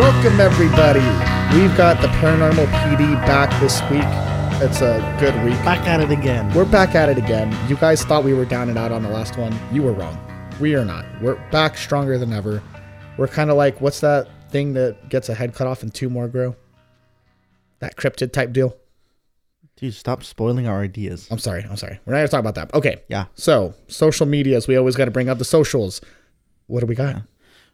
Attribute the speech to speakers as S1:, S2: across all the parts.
S1: Welcome, everybody. We've got the Paranormal PD back this week. It's a good week.
S2: Back at it again.
S1: We're back at it again. You guys thought we were down and out on the last one. You were wrong. We are not. We're back stronger than ever. We're kind of like, what's that thing that gets a head cut off and two more grow? That cryptid type deal.
S2: Dude, stop spoiling our ideas.
S1: I'm sorry. I'm sorry. We're not going to talk about that. Okay.
S2: Yeah.
S1: So, social medias. We always got to bring up the socials. What do we got?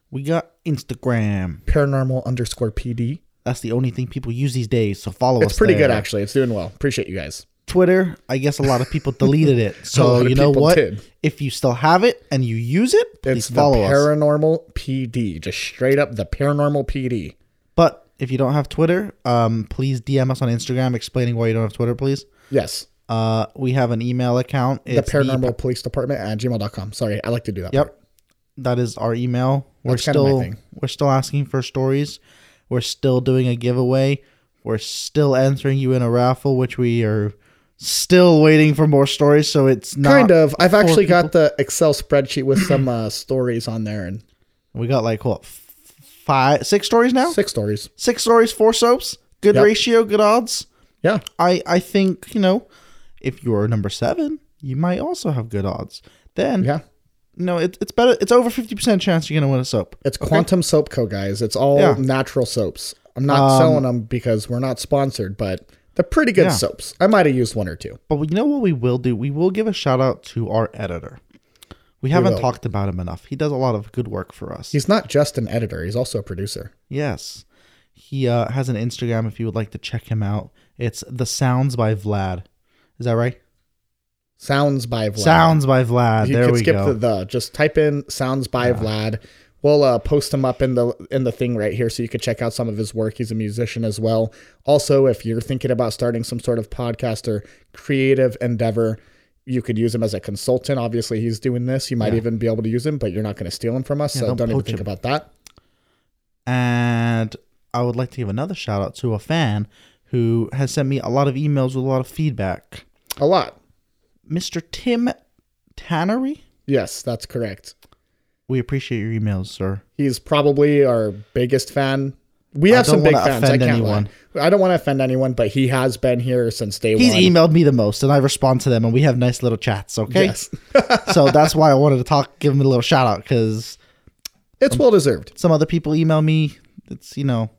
S2: We got Instagram.
S1: Paranormal underscore PD.
S2: That's the only thing people use these days, so follow us.
S1: It's pretty
S2: there.
S1: good, actually. It's doing well. Appreciate you guys.
S2: Twitter, I guess a lot of people deleted it.
S1: A lot
S2: So
S1: of
S2: you know
S1: people
S2: what?
S1: did.
S2: If you still have it and you use it, please
S1: It's the
S2: follow us.
S1: Paranormal PD. Just straight up the Paranormal PD.
S2: But if you don't have Twitter, um, please DM us on Instagram explaining why you don't have Twitter, please.
S1: Yes.
S2: Uh, we have an email account.
S1: The
S2: It's
S1: Paranormal Police Department at gmail.com. Sorry, I like to do that. part.
S2: Yep. That is our email. We're
S1: That's kinda my
S2: still
S1: thing.
S2: we're still asking for stories. We're still doing a giveaway. We're still entering you in a raffle, which we are still waiting for more stories. So it's not
S1: Kind of. I've actually got the Excel spreadsheet with some uh, stories on there and
S2: We got like what f- five, six stories now. Six,
S1: six stories.
S2: stories, four soaps. Good
S1: Yep.
S2: ratio, good odds.
S1: Yeah.
S2: I I think you know if you're number seven, you might also have good odds. Then
S1: Yeah.
S2: no, it, it's better. It's over fifty percent chance you're gonna win a soap.
S1: It's Quantum Soap Co., guys. It's all
S2: Yeah.
S1: natural soaps. I'm not selling them because we're not sponsored, but they're pretty good
S2: Yeah.
S1: soaps. I might have used one or two.
S2: But you know what we will do? We will give a shout out to our editor. We haven't
S1: will.
S2: talked about him enough. He does a lot of good work for us.
S1: He's not just an editor, he's also a producer.
S2: yes. He uh, has an Instagram if you would like to check him out. It's The Sounds by Vlad. Is that right?
S1: Sounds by Vlad.
S2: Sounds by Vlad.
S1: You
S2: Uh, there
S1: can
S2: we
S1: skip the
S2: go.
S1: the. Just type in "sounds by Vlad." We'll uh, post him up in the in the thing right here, so you can check out some of his work. He's a musician as well. Also, if you're thinking about starting some sort of podcast or creative endeavor, you could use him as a consultant. Obviously, he's doing this. You might even be able to use him, but you're not going to steal him from us, so
S2: don't
S1: don't, even
S2: poach
S1: think
S2: him.
S1: about that.
S2: And I would like to give another shout out to a fan who has sent me a lot of emails with a lot of feedback.
S1: A lot.
S2: Mr. Tim Tannery.
S1: Yes, that's correct.
S2: We appreciate your emails, sir.
S1: He's probably our biggest fan. We have
S2: don't
S1: some big
S2: wanna
S1: fans. I
S2: offend
S1: can't
S2: anyone.
S1: lie. I don't want to offend anyone, but he has been here since day
S2: He's
S1: one.
S2: emailed me the most, and I respond to them, and we have nice little chats. Okay,
S1: Yes.
S2: so that's why I wanted to talk, give him a little shout out, because
S1: It's well deserved.
S2: some other people email me. It's you know,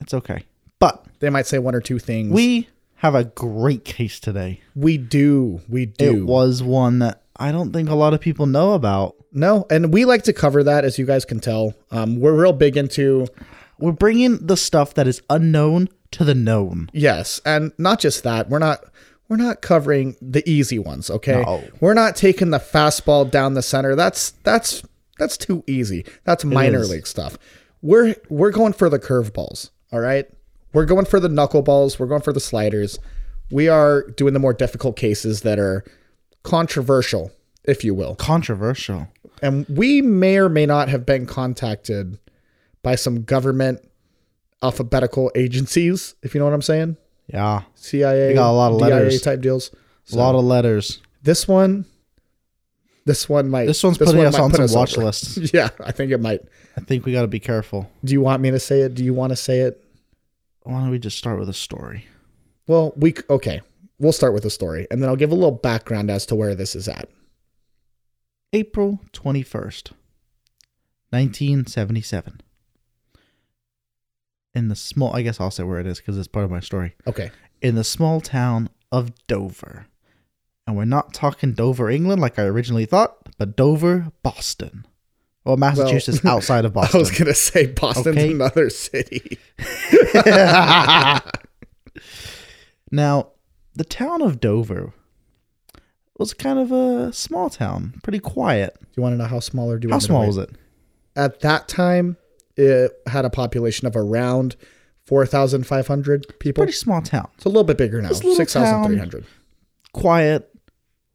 S2: it's okay, but
S1: they might say one or two things.
S2: we have a great case today.
S1: we do, we
S2: It
S1: do.
S2: was one that I don't think a lot of people know about.
S1: no, and we like to cover that, as you guys can tell. Um, we're real big into
S2: We're bringing the stuff that is unknown to the known.
S1: yes, and not just that. We're not we're not covering the easy ones. Okay,
S2: No.
S1: we're not taking the fastball down the center. That's that's that's too easy. That's minor
S2: is.
S1: league stuff. We're we're going for the curveballs. All right, we're going for the knuckleballs. We're going for the sliders. We are doing the more difficult cases that are controversial, if you will.
S2: Controversial.
S1: and we may or may not have been contacted by some government alphabetical agencies, if you know what I'm saying.
S2: Yeah,
S1: CIA,
S2: got a lot of
S1: DIA
S2: letters.
S1: type deals.
S2: a lot of letters.
S1: This one, this one might.
S2: This one's putting
S1: one
S2: us
S1: might
S2: on
S1: put
S2: some
S1: us
S2: watch
S1: over.
S2: lists.
S1: Yeah, I think it might.
S2: I think we got to be careful.
S1: Do you want me to say it? Do you want to say it?
S2: Why don't we just start with a story?
S1: Well, we c- okay. We'll start with a story, and then I'll give a little background as to where this is at.
S2: April 21st, 1977. In the small, I guess I'll say where it is because it's part of my story.
S1: Okay.
S2: In the small town of Dover. And we're not talking Dover, England, like I originally thought, but Dover, Boston. Well, Massachusetts outside of
S1: I was
S2: Boston.
S1: gonna say Boston's
S2: Okay.
S1: another city.
S2: now, the town of Dover was kind of a small town, pretty quiet.
S1: Do you want to know how small or do you
S2: How
S1: want me to
S2: small
S1: wait?
S2: was it?
S1: at that time it had a population of around 4500 people
S2: Pretty small town.
S1: it's a little bit bigger now
S2: a little
S1: 6300
S2: quiet,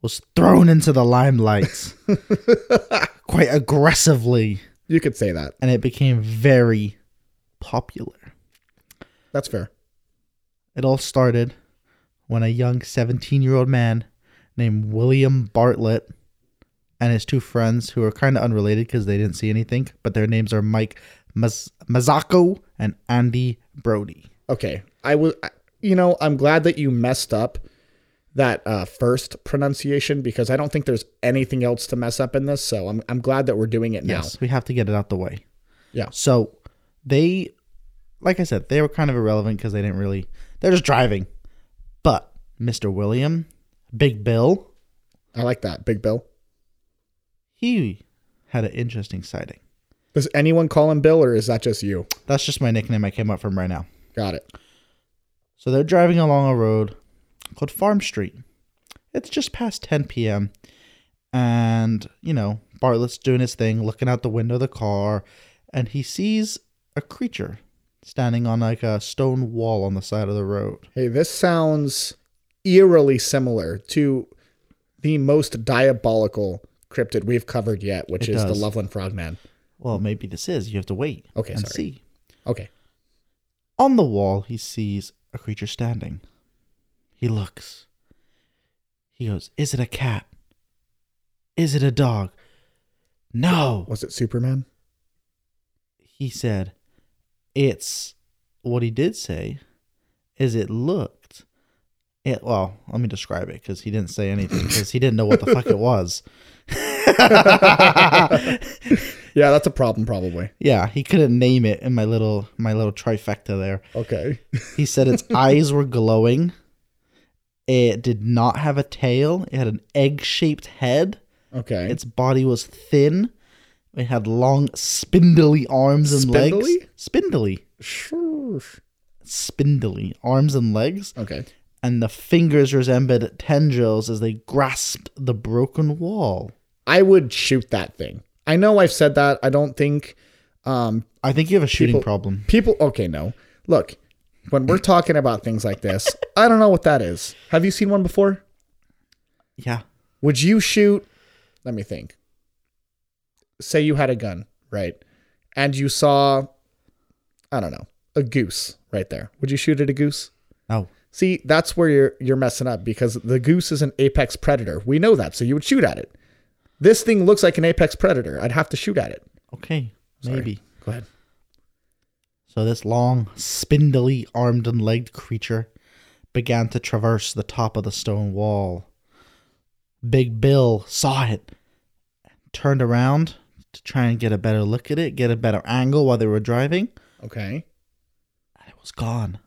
S2: was thrown into the limelight quite aggressively,
S1: you could say that
S2: and it became very popular.
S1: that's fair
S2: It all started when a young 17 year old man named William Bartlett and his two friends who are kind of unrelated because they didn't see anything, but their names are Mike Maz- Mazzacco and Andy Brody.
S1: Okay. I was, you know, I'm glad that you messed up that uh, first pronunciation because I don't think there's anything else to mess up in this. So I'm, I'm glad that we're doing it now.
S2: Yes, we have to get it out the way.
S1: Yeah.
S2: So they, like I said, they were kind of irrelevant because they didn't really, they're just driving. But Mr. William, Big Bill,
S1: I like that. Big Bill.
S2: he had an interesting sighting.
S1: Does anyone call him Bill or is that just you?
S2: That's just my nickname I came up from right now.
S1: Got it.
S2: So they're driving along a road called Farm Street. It's just past 10 p.m. And, you know, Bartlett's doing his thing, looking out the window of the car, and he sees a creature standing on like a stone wall on the side of the road.
S1: Hey, this sounds eerily similar to the most diabolical cryptid we've covered yet, which
S2: It
S1: is the
S2: does.
S1: Loveland Frogman.
S2: Well, maybe this is. You have to wait
S1: Okay,
S2: and
S1: sorry.
S2: see.
S1: Okay.
S2: On the wall, he sees a creature standing. He looks. He goes, Is it a cat? Is it a dog? No.
S1: Was it Superman?
S2: he said it's what he did say is it looked it well let me describe it because he didn't say anything because he didn't know what the fuck it was
S1: Yeah, that's a problem, probably.
S2: yeah he couldn't name it in my little my little trifecta there
S1: Okay.
S2: he said its eyes were glowing it did not have a tail it had an egg-shaped head
S1: Okay.
S2: Its body was thin. It had long, spindly arms and legs.
S1: Spindly?
S2: Spindly.
S1: Sure.
S2: Spindly arms and legs.
S1: Okay.
S2: And the fingers resembled tendrils as they grasped the broken wall.
S1: I would shoot that thing. I know I've said that. I don't think um,
S2: I think you have a shooting
S1: People-
S2: problem.
S1: people. Okay, no. Look, when we're talking about things like this, I don't know what that is. Have you seen one before?
S2: Yeah.
S1: Would you shoot? Let me think. Say you had a gun, right? And you saw, I don't know, a goose right there. Would you shoot at a goose?
S2: No.
S1: See, that's where you're you're messing up because the goose is an apex predator. We know that, so you would shoot at it. This thing looks like an apex predator. I'd have to shoot at it.
S2: Okay.
S1: Sorry.
S2: Maybe.
S1: Go ahead.
S2: So this long, spindly armed and legged creature began to traverse the top of the stone wall. Big Bill saw it, turned around to try and get a better look at it, get a better angle while they were driving,
S1: Okay.
S2: and it was gone.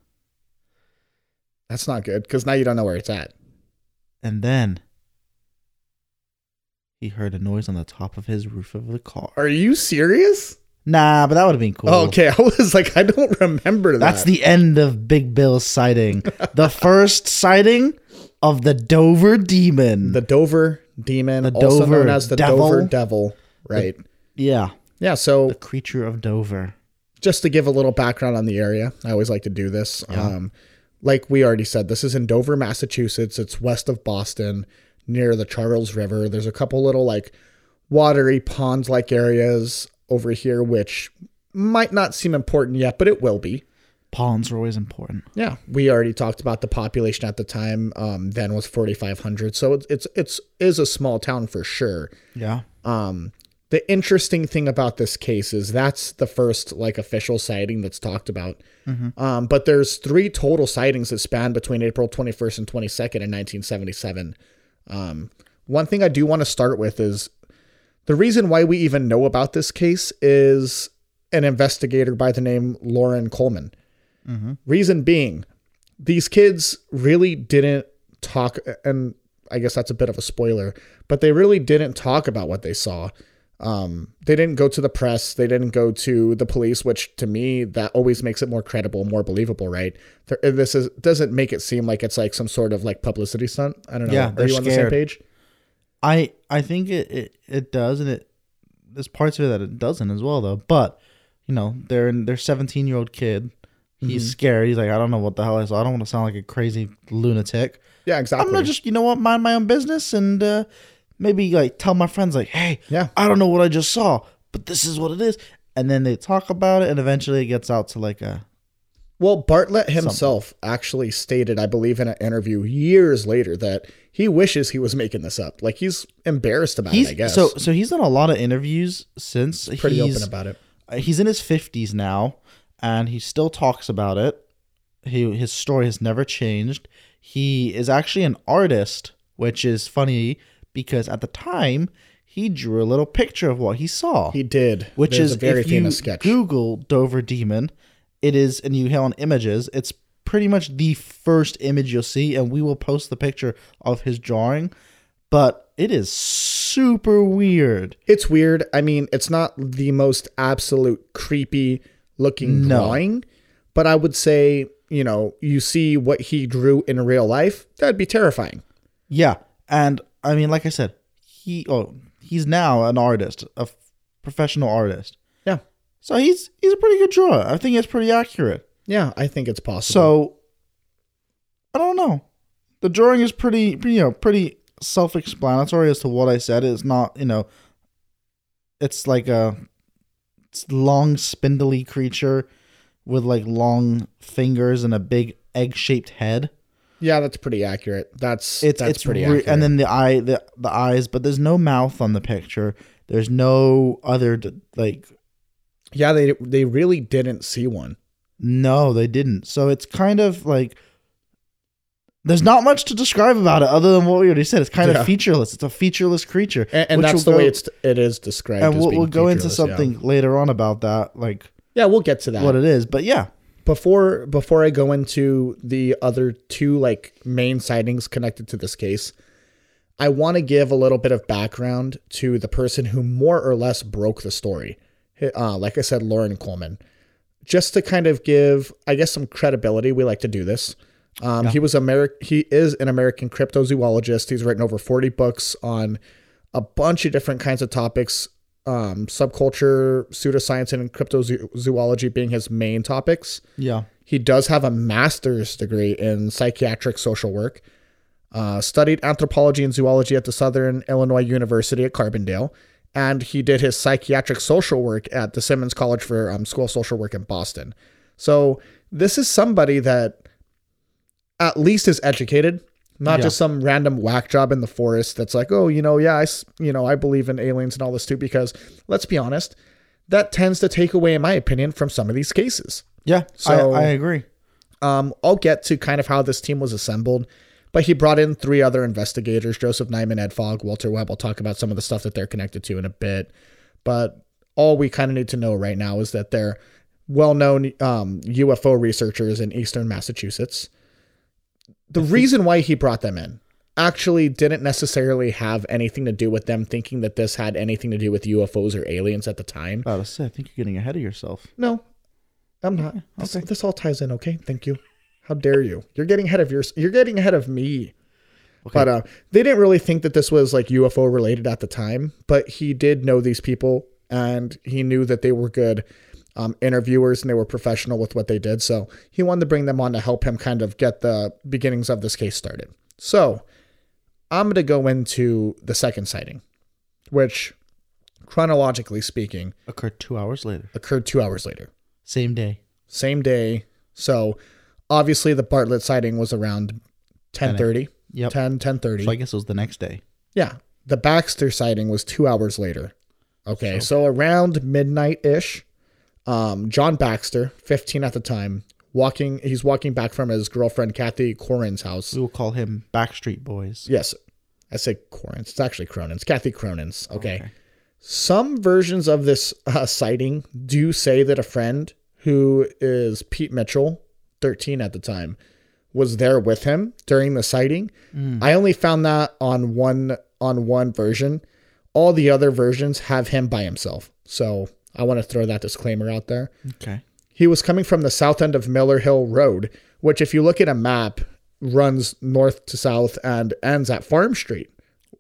S1: That's not good because now you don't know where it's at.
S2: And then he heard a noise on the top of his roof of the car.
S1: Are you serious?
S2: Nah, but that would have been cool.
S1: Okay, I was like, I don't remember that.
S2: That's the end of Big Bill's sighting. the first sighting of the Dover Demon.
S1: the Dover demon,
S2: The
S1: also known
S2: Dover
S1: as the
S2: devil.
S1: Dover devil, right?
S2: yeah.
S1: yeah. So
S2: the creature of Dover.
S1: just to give a little background on the area, I always like to do this. Um, like we already said, this is in Dover, Massachusetts. It's west of Boston, near the Charles River. There's a couple little like watery ponds like areas over here, which might not seem important yet, but it will be.
S2: Pawns are always important.
S1: Yeah, we already talked about the population at the time. Um, then was 4,500, so it's it's it's is a small town for sure.
S2: Yeah.
S1: Um, the interesting thing about this case is that's the first like official sighting that's talked about. Um, but there's three total sightings that span between April 21st and 22nd in 1977. Um, one thing I do want to start with is the reason why we even know about this case is an investigator by the name Lauren Coleman.
S2: Mm-hmm.
S1: Reason being, these kids really didn't talk, and I guess that's a bit of a spoiler, but they really didn't talk about what they saw. Um, they didn't go to the press, they didn't go to the police, which to me that always makes it more credible, more believable, right? There, this is doesn't make it seem like it's like some sort of like publicity stunt. I don't know.
S2: Yeah,
S1: are
S2: they're
S1: you on the same
S2: scared.
S1: page?
S2: I I think it, it, it does and it there's parts of it that it doesn't as well though. But you know, they're in their seventeen year old kid. He's
S1: Mm-hmm.
S2: scared. He's like, I don't know what the hell I saw. I don't want to sound like a crazy lunatic.
S1: Yeah, exactly.
S2: I'm gonna just you know what, mind my own business and uh maybe like tell my friends like, hey,
S1: Yeah.
S2: I don't know what I just saw, but this is what it is. And then they talk about it and eventually it gets out to like a
S1: Well, Bartlett himself actually stated, I believe, in an interview years later that he wishes he was making this up. Like he's embarrassed about
S2: He's
S1: it. I guess
S2: so so he's done a lot of interviews since
S1: pretty
S2: he's,
S1: open about it.
S2: uh, he's in his 50s now and he still talks about it he, his story has never changed he is actually an artist which is funny because at the time he drew a little picture of what he saw
S1: He did,
S2: which
S1: There's
S2: is
S1: a very
S2: if
S1: famous
S2: you
S1: sketch.
S2: google dover demon it is and you hit on images it's pretty much the first image you'll see and we will post the picture of his drawing but it is super weird
S1: It's weird. I mean, it's not the most absolute creepy looking
S2: No.
S1: drawing, but I would say, you know, you see what he drew in real life, that'd be terrifying.
S2: Yeah, and I mean, like I said, he oh he's now an artist, a f- professional artist.
S1: Yeah.
S2: So he's he's a pretty good drawer. I think it's pretty accurate.
S1: Yeah, I think it's possible.
S2: So I don't know. The drawing is pretty, pretty you know pretty self-explanatory as to what I said. It's not you know, it's like a s- long spindly creature with like long fingers and a big egg-shaped head
S1: yeah, that's pretty accurate. That's
S2: it's
S1: that's
S2: it's
S1: pretty
S2: pretty
S1: accurate.
S2: and then the eye the, the eyes but there's no mouth on the picture there's no other d- like
S1: yeah, they they really didn't see one.
S2: no they didn't so it's kind of like there's not much to describe about it other than what we already said it's kind
S1: Yeah.
S2: of featureless it's a featureless creature
S1: And, and
S2: which
S1: that's the
S2: we'll
S1: way
S2: go-
S1: it's it is described.
S2: and
S1: as
S2: we'll,
S1: being
S2: we'll go into
S1: featureless, yeah.
S2: something later on about that like
S1: Yeah. we'll get to that.
S2: what it is but yeah
S1: before before I go into the other two like main sightings connected to this case, I want to give a little bit of background to the person who more or less broke the story. Uh, like I said, Lauren Coleman, just to kind of give, I guess, some credibility. We like to do this. Um, He was Ameri- He is an American cryptozoologist. He's written over forty books on a bunch of different kinds of topics. Um, subculture, pseudoscience, and cryptozoology being his main topics.
S2: yeah
S1: He does have a master's degree in psychiatric social work. Uh, studied anthropology and zoology at the Southern Illinois University at Carbondale, and he did his psychiatric social work at the Simmons College for um, School of Social Work in Boston. So this is somebody that at least is educated, not
S2: Yeah.
S1: just some random whack job in the forest that's like, oh, you know, yeah, I, s- you know, I believe in aliens and all this too. Because let's be honest, that tends to take away, in my opinion, from some of these cases.
S2: yeah
S1: So-
S2: I, I agree
S1: Um, I'll get to kind of how this team was assembled, but he brought in three other investigators Joseph Nyman, Ed Fogg, Walter Webb. I'll talk about some of the stuff that they're connected to in a bit. But all we kind of need to know right now is that they're well known um, UFO researchers in eastern Massachusetts. The reason why he brought them in actually didn't necessarily have anything to do with them thinking that this had anything to do with UFOs or aliens at the time.
S2: about to say i think you're getting ahead of yourself
S1: No, I'm not. This, this all ties in. Okay, thank you. How dare you? You're getting ahead of your. You're getting ahead of me. But uh, they didn't really think that this was like UFO related at the time. But he did know these people, and he knew that they were good um, interviewers and they were professional with what they did. So he wanted to bring them on to help him kind of get the beginnings of this case started. So I'm going to go into the second sighting, which chronologically speaking
S2: occurred two hours later
S1: occurred two hours later
S2: same day
S1: same day. So obviously the Bartlett sighting was around 10:30,
S2: yep
S1: 10 10:30.
S2: so i guess it was the next day
S1: yeah. The Baxter sighting was 2 hours later. Okay. So, around midnight-ish, um John Baxter, 15 at the time, walking he's walking back from his girlfriend Kathy Corin's house.
S2: we will call him backstreet boys
S1: Yes. I said Corin's. It's actually Cronin's. Kathy Cronin's. Okay. Some versions of this uh, sighting do say that a friend who is Pete Mitchell, 13 at the time, was there with him during the sighting. I only found that on one on one version. All the other versions have him by himself. So I want to throw that disclaimer out there.
S2: okay
S1: He was coming from the south end of Miller Hill Road, which, if you look at a map, runs north to south and ends at Farm Street,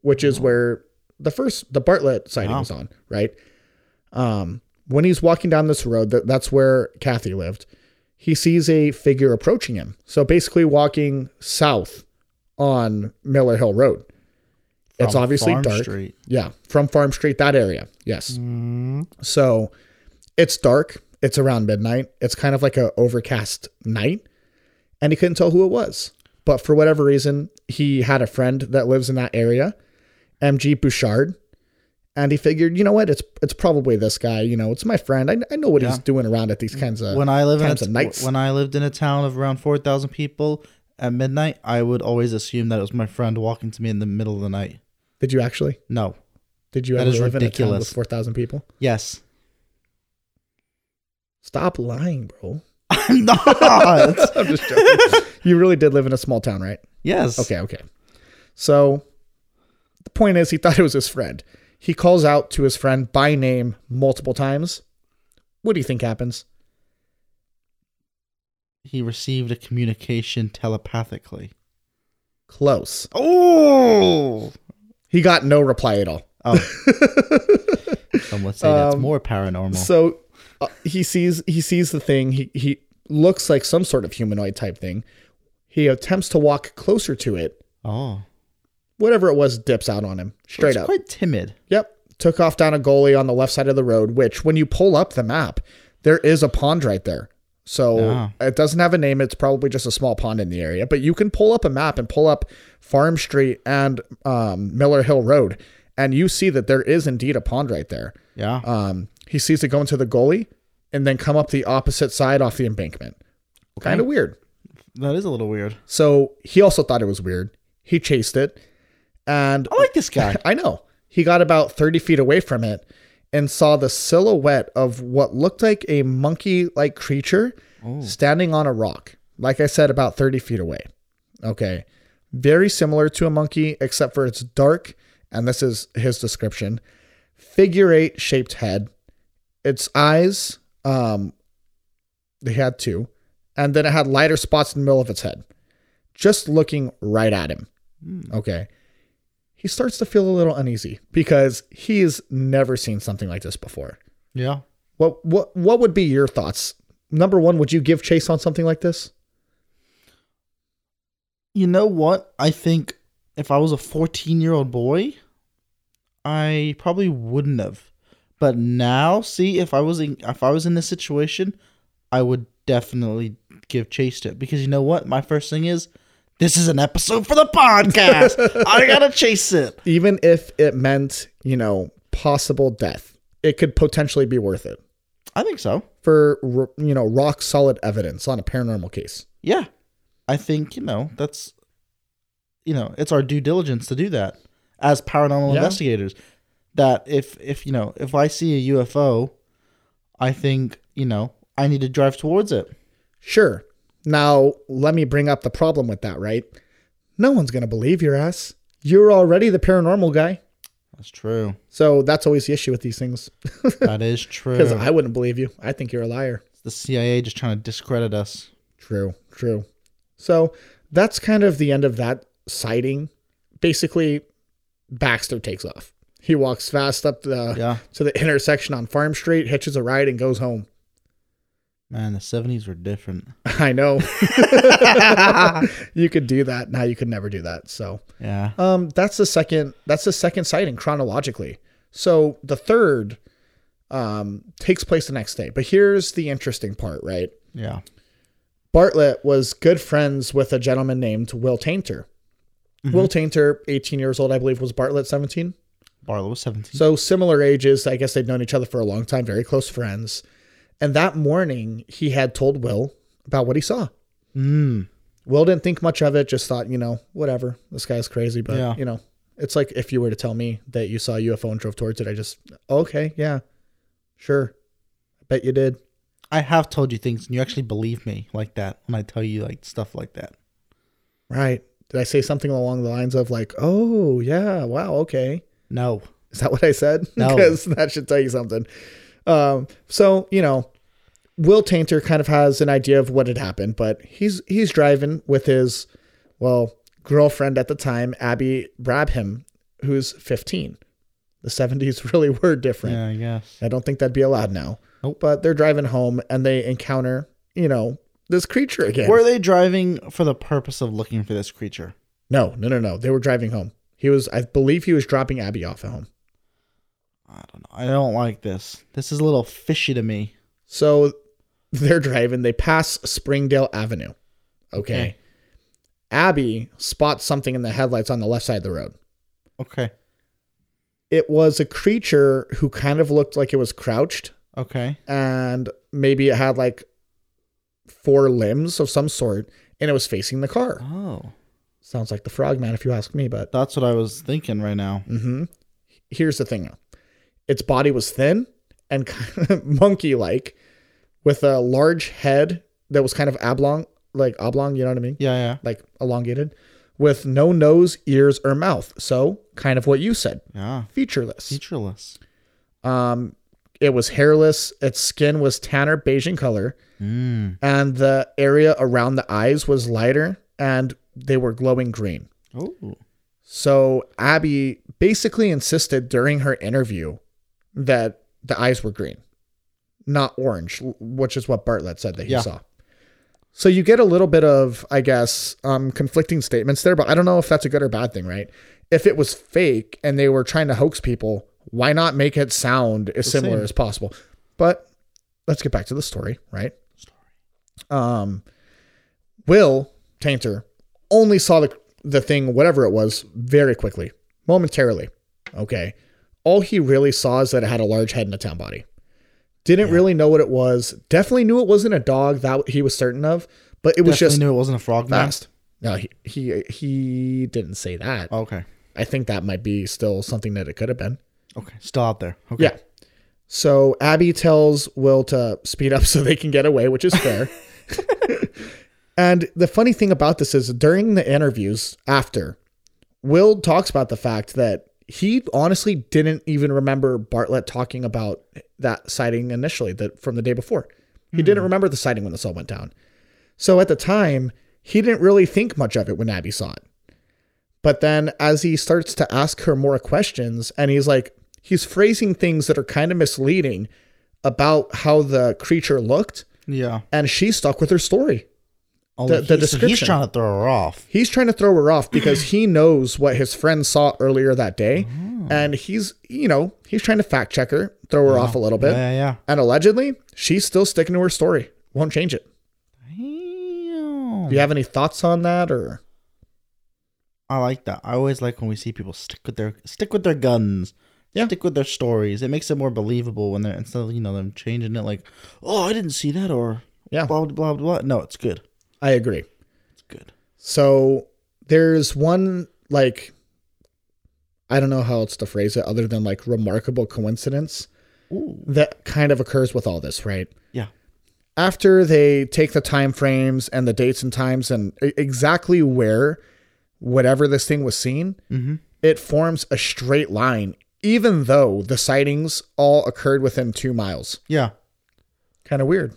S1: which is where the first the Bartlett sighting was on, right? Um, when he's walking down this road, that, that's where Kathy lived. He sees a figure approaching him. So basically, walking south on Miller Hill Road. it's
S2: From
S1: obviously
S2: Farm
S1: dark.
S2: Street.
S1: Yeah, from Farm Street, that area. Yes. So it's dark. It's around midnight. It's kind of like a overcast night, and he couldn't tell who it was. But for whatever reason, he had a friend that lives in that area, MG Bouchard, and he figured, you know what, it's it's probably this guy. You know, it's my friend. I, I know what he's doing around at these kinds of
S2: when I live in a
S1: Uh, times
S2: t-
S1: of nights.
S2: when I lived in a town of around four thousand people at midnight, I would always assume that it was my friend walking to me in the middle of the night.
S1: Did you actually?
S2: No.
S1: Did you
S2: That
S1: ever
S2: is
S1: live in a town with
S2: ridiculous.
S1: four thousand people?
S2: Yes.
S1: Stop lying, bro.
S2: I'm not.
S1: I'm just joking. you really did live in a small town, right?
S2: yes.
S1: Okay, okay. So the point is, he thought it was his friend. He calls out to his friend by name multiple times. What do you think happens?
S2: He received a communication telepathically.
S1: Close.
S2: Oh.
S1: He got no reply at all.
S2: Oh. Some would say that's more paranormal.
S1: So uh, he sees he sees the thing. He he looks like some sort of humanoid type thing. He attempts to walk closer to it.
S2: oh.
S1: Whatever it was dips out on him straight
S2: It's
S1: up.
S2: quite timid.
S1: Yep. Took off down a goalie on the left side of the road, which when you pull up the map, there is a pond right there. So
S2: Ah.
S1: it doesn't have a name. It's probably just a small pond in the area, but you can pull up a map and pull up Farm Street and um, Miller Hill Road, and you see that there is indeed a pond right there.
S2: Yeah.
S1: Um, he sees it go into the goalie and then come up the opposite side off the embankment. Kind of weird.
S2: that is a little weird.
S1: So he also thought it was weird. He chased it, and
S2: I like this guy.
S1: I know. He got about 30 feet away from it and saw the silhouette of what looked like a monkey like creature
S2: Oh.
S1: standing on a rock. Like I said, about 30 feet away. Okay. Very similar to a monkey, except for it's dark. And this is his description figure eight shaped head. Its eyes, um, they had two. And then it had lighter spots in the middle of its head, just looking right at him. Okay he starts to feel a little uneasy because he's never seen something like this before.
S2: yeah.
S1: What what what would be your thoughts? Number one, would you give chase on something like this?
S2: You know what? I think if I was a 14 year old boy, I probably wouldn't have. But now, see, if I was in, if I was in this situation, I would definitely give chase to it because you know what? My first thing is, this is an episode for the podcast. I gotta chase it.
S1: Even if it meant, you know, possible death, it could potentially be worth it
S2: I think so.
S1: for r- you know rock solid evidence on a paranormal case.
S2: Yeah, I think you know that's, you know, it's our due diligence to do that as paranormal
S1: Yeah.
S2: investigators. That if if you know if I see a UFO, I think you know I need to drive towards it.
S1: Sure. Now let me bring up the problem with that. Right? No one's gonna believe your ass. You're already the paranormal guy,
S2: That's true.
S1: so that's always the issue with these things.
S2: That is true.
S1: Because I wouldn't believe you. I think you're a liar.
S2: It's the CIA just trying to discredit us.
S1: True, true. So that's kind of the end of that sighting. Basically, Baxter takes off. He walks fast up the
S2: Yeah,
S1: to the intersection on Farm Street, hitches a ride, and goes home.
S2: man, the seventies were different.
S1: I know. you could do that. Now you could never do that. So
S2: Yeah,
S1: um that's the second that's the second sighting chronologically. So the third um takes place the next day. But here's the interesting part, right?
S2: yeah.
S1: Bartlett was good friends with a gentleman named Will Tainter. Will Tainter, 18 years old, I believe, was Bartlett 17.
S2: Barlow was seventeen.
S1: So similar ages. I guess they'd known each other for a long time, very close friends. And that morning, he had told Will about what he saw.
S2: Mm.
S1: Will didn't think much of it, just thought, you know, whatever, this guy's crazy, but,
S2: Yeah.
S1: you know, it's like if you were to tell me that you saw a UFO and drove towards it, I just, okay, yeah, sure. I bet you did.
S2: I have told you things, and you actually believe me like that when I tell you like stuff like that.
S1: Right. Did I say something along the lines of like, "Oh, yeah, wow, okay."
S2: No.
S1: Is that what I said?
S2: No.
S1: Because that should tell you something. Um, so, you know, Will Tainter kind of has an idea of what had happened, but he's he's driving with his well, girlfriend at the time, Abby Brabham, who's 15. The 70s really were different.
S2: Yeah, I guess.
S1: I don't think that'd be allowed now.
S2: Nope.
S1: But they're driving home and they encounter, you know, this creature again.
S2: Were they driving for the purpose of looking for this creature?
S1: No, no, no, no. They were driving home. He was, I believe, he was dropping Abby off at home.
S2: I don't know. I don't like this. This is a little fishy to me.
S1: So they're driving, they pass Springdale Avenue. Okay.
S2: Okay.
S1: Abby spots something in the headlights on the left side of the road.
S2: Okay.
S1: It was a creature who kind of looked like it was crouched
S2: Okay.
S1: and maybe it had like four limbs of some sort and it was facing the car.
S2: Oh.
S1: Sounds like the frogman if you ask me, but
S2: That's what I was thinking right now.
S1: hmm here's the thing though. Its body was thin and kind of monkey like with a large head that was kind of oblong, like oblong, you know what I mean?
S2: Yeah, yeah.
S1: Like elongated, with no nose, ears, or mouth. So kind of what you said,
S2: Yeah.
S1: featureless.
S2: Featureless.
S1: Um, it was hairless. Its skin was tanner beige in color.
S2: Mm.
S1: and the area around the eyes was lighter and they were glowing green.
S2: Oh.
S1: So Abby basically insisted during her interview that the eyes were green, not orange, which is what Bartlett said that he
S2: Yeah.
S1: saw. So you get a little bit of, I guess, um, conflicting statements there, but I don't know if that's a good or bad thing, right? If it was fake and they were trying to hoax people, why not make it sound as
S2: The
S1: similar
S2: same.
S1: as possible? But let's get back to the story, right? Um, Will Tainter only saw the the thing, whatever it was, very quickly, momentarily. Okay, all he really saw is that it had a large head and a town body. Didn't really know what it was. Definitely knew it wasn't a dog that he was certain of, but it
S2: It was
S1: was
S2: Definitely
S1: just
S2: knew it wasn't a frog man.
S1: fast. No, he, he he didn't say that.
S2: okay.
S1: I think that might be still something that it could have been.
S2: Okay. Still out there. Okay.
S1: Yeah. So Abby tells Will to speed up so they can get away, which is fair. and the funny thing about this is during the interviews after, Will talks about the fact that he honestly didn't even remember Bartlett talking about that sighting initially that from the day before. He didn't remember the sighting when this all went down. So at the time, he didn't really think much of it when Abby saw it. But then as he starts to ask her more questions, and he's like, he's phrasing things that are kind of misleading about how the creature looked,
S2: Yeah.
S1: and she's stuck with her story.
S2: Oh,
S1: The- the
S2: he's- He's
S1: description.
S2: trying to throw her off.
S1: He's trying to throw her off because he knows what his friend saw earlier that day. And he's, you know, he's trying to fact check her, throw her off a little bit.
S2: Oh, Yeah, yeah.
S1: And allegedly, she's still sticking to her story. Won't change it.
S2: Damn.
S1: Do you have any thoughts on that or
S2: I like that. I always like when we see people stick with their stick with their guns.
S1: Yeah.
S2: Stick with their stories. It makes it more believable when they're instead of you know them changing it like, oh, I didn't see that or
S1: Yeah.
S2: blah blah blah. blah. No, it's good.
S1: I agree.
S2: It's good.
S1: So there's one like I don't know how else to phrase it other than like remarkable coincidence
S2: Ooh.
S1: that kind of occurs with all this, right?
S2: Yeah.
S1: After they take the time frames and the dates and times and e- exactly where whatever this thing was seen,
S2: Mm-hmm.
S1: it forms a straight line even though the sightings all occurred within 2 miles.
S2: Yeah.
S1: Kind of weird.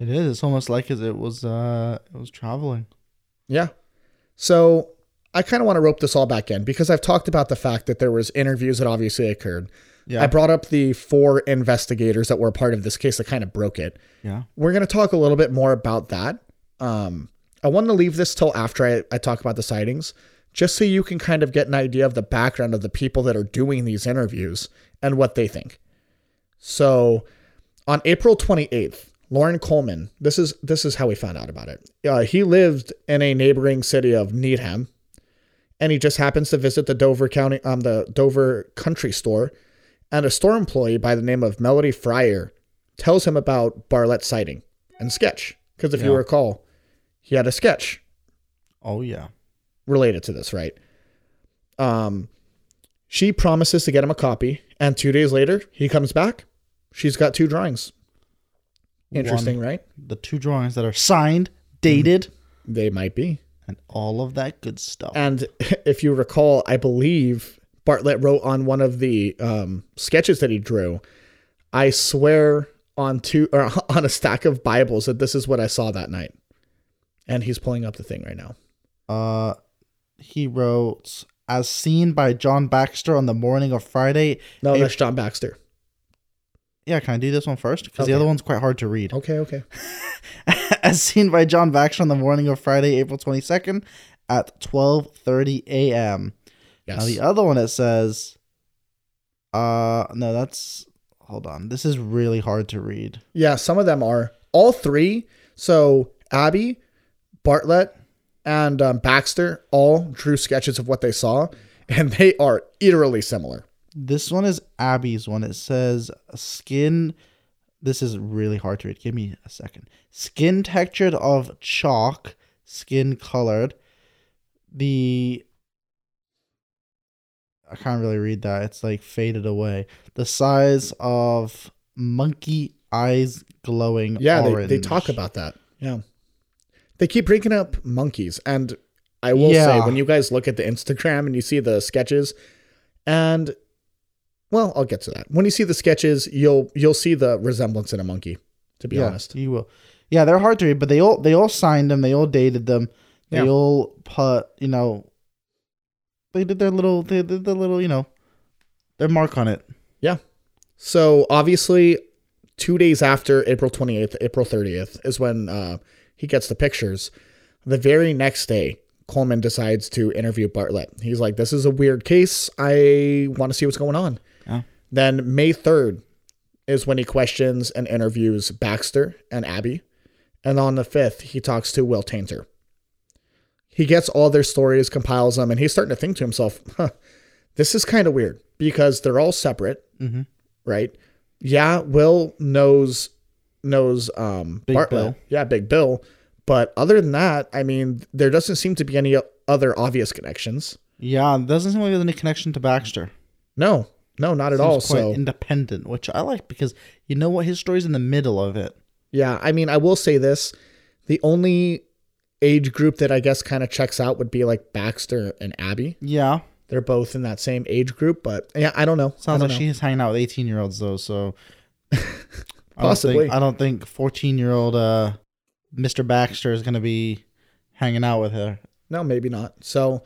S2: It is. It's almost like as it was uh it was traveling.
S1: Yeah. So I kind of want to rope this all back in because I've talked about the fact that there was interviews that obviously occurred.
S2: Yeah.
S1: I brought up the four investigators that were a part of this case that kind of broke it.
S2: yeah.
S1: We're going to talk a little bit more about that. Um, I wanted to leave this till after I, I talk about the sightings, just so you can kind of get an idea of the background of the people that are doing these interviews and what they think. So on April 28th, Lauren Coleman, this is this is how we found out about it. Uh, he lived in a neighboring city of Needham, and he just happens to visit the Dover County, um, the Dover Country Store, and a store employee by the name of Melody Fryer tells him about Barlett's sighting and sketch. Because if you
S2: Yeah.
S1: recall, he had a sketch
S2: Oh yeah.
S1: related to this, right? Um, she promises to get him a copy, and two days later, he comes back. She's got two drawings. Interesting, right?
S2: The two drawings that are signed, dated,
S1: Mm-hmm. They might be.
S2: and all of that good stuff.
S1: And if you recall, I believe Bartlett wrote on one of the um, sketches that he drew, "I swear on two or on a stack of Bibles that this is what I saw that night." And he's pulling up the thing right now.
S2: Uh, he wrote, as seen by John Baxter on the morning of Friday.
S1: No,
S2: Hey-
S1: that's John Baxter.
S2: Yeah, can I do this one first? Because
S1: Okay. Oh.
S2: the other one's quite hard to read.
S1: Okay, okay.
S2: as seen by John Baxter on the morning of Friday, April 22nd at 12.30 a.m. Now,
S1: Yes.
S2: the other one, it says, uh, no, that's, Hold on. This is really hard to read.
S1: Yeah, some of them are all three. So Abby, Bartlett, and um, Baxter all drew sketches of what they saw, and they are eerily similar.
S2: This one is Abby's one. It says skin. This is really hard to read. Give me a second. Skin textured of chalk, skin colored. The. I can't really read that. It's like faded away. The size of monkey eyes glowing
S1: Yeah, they,
S2: orange.
S1: they talk about that. Yeah, they keep bringing up monkeys, and I will say
S2: Yeah.
S1: when you guys look at the Instagram and you see the sketches, and well, I'll get to that. When you see the sketches, you'll you'll see the resemblance in a monkey. To be
S2: yeah,
S1: honest,
S2: You will. Yeah, they're hard to read, but they all they all signed them. They all dated them. They
S1: Yeah.
S2: all put you know. They did their little they did the little you know, their mark on it.
S1: So obviously, two days after April 28th, April 30th is when uh, he gets the pictures. The very next day, Coleman decides to interview Bartlett. He's like, "This is a weird case. I want to see what's going on."
S2: Yeah.
S1: Then May 3rd is when he questions and interviews Baxter and Abby, and on the 5th he talks to Will Tainter. He gets all their stories, compiles them, and he's starting to think to himself, huh, "This is kind of weird because they're all separate."
S2: Mm-hmm.
S1: right? Yeah, Will knows knows um
S2: Big
S1: Bartlett.
S2: Bill.
S1: Yeah, Big Bill. But other than that, I mean, there doesn't seem to be any other obvious connections.
S2: Yeah, it doesn't seem like there's any connection to Baxter.
S1: No, no, not at all.
S2: Seems quite
S1: So
S2: independent, which I like because you know what, his story's in the middle of it.
S1: yeah, I mean, I will say this: the only age group that I guess kind of checks out would be like Baxter and Abby.
S2: Yeah,
S1: They're both in that same age group, but yeah, I don't know. I
S2: sounds
S1: don't
S2: like she's hanging out with eighteen year olds though. So I don't
S1: Possibly.
S2: think I don't think fourteen year old uh, Mr. Baxter is gonna be hanging out with her.
S1: No, maybe not. So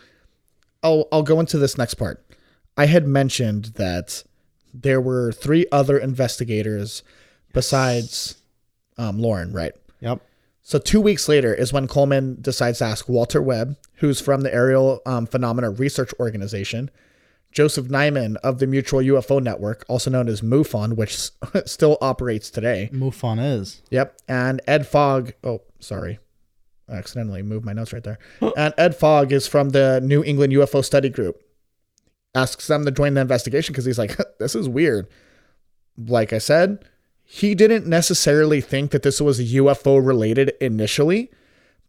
S1: I'll I'll go into this next part. I had mentioned that there were three other investigators besides um, Lauren, right?
S2: Yep.
S1: So two weeks later is when Coleman decides to ask Walter Webb, who's from the Aerial um, Phenomena Research Organization, Joseph Nyman of the Mutual UFO Network, also known as MUFON, which s- still operates today.
S2: Mufon is.
S1: Yep. And Ed Fogg. Oh, sorry. I accidentally moved my notes right there. and Ed Fogg is from the New England UFO Study Group. Asks them to join the investigation because he's like, this is weird. Like I said, he didn't necessarily think that this was UFO related initially,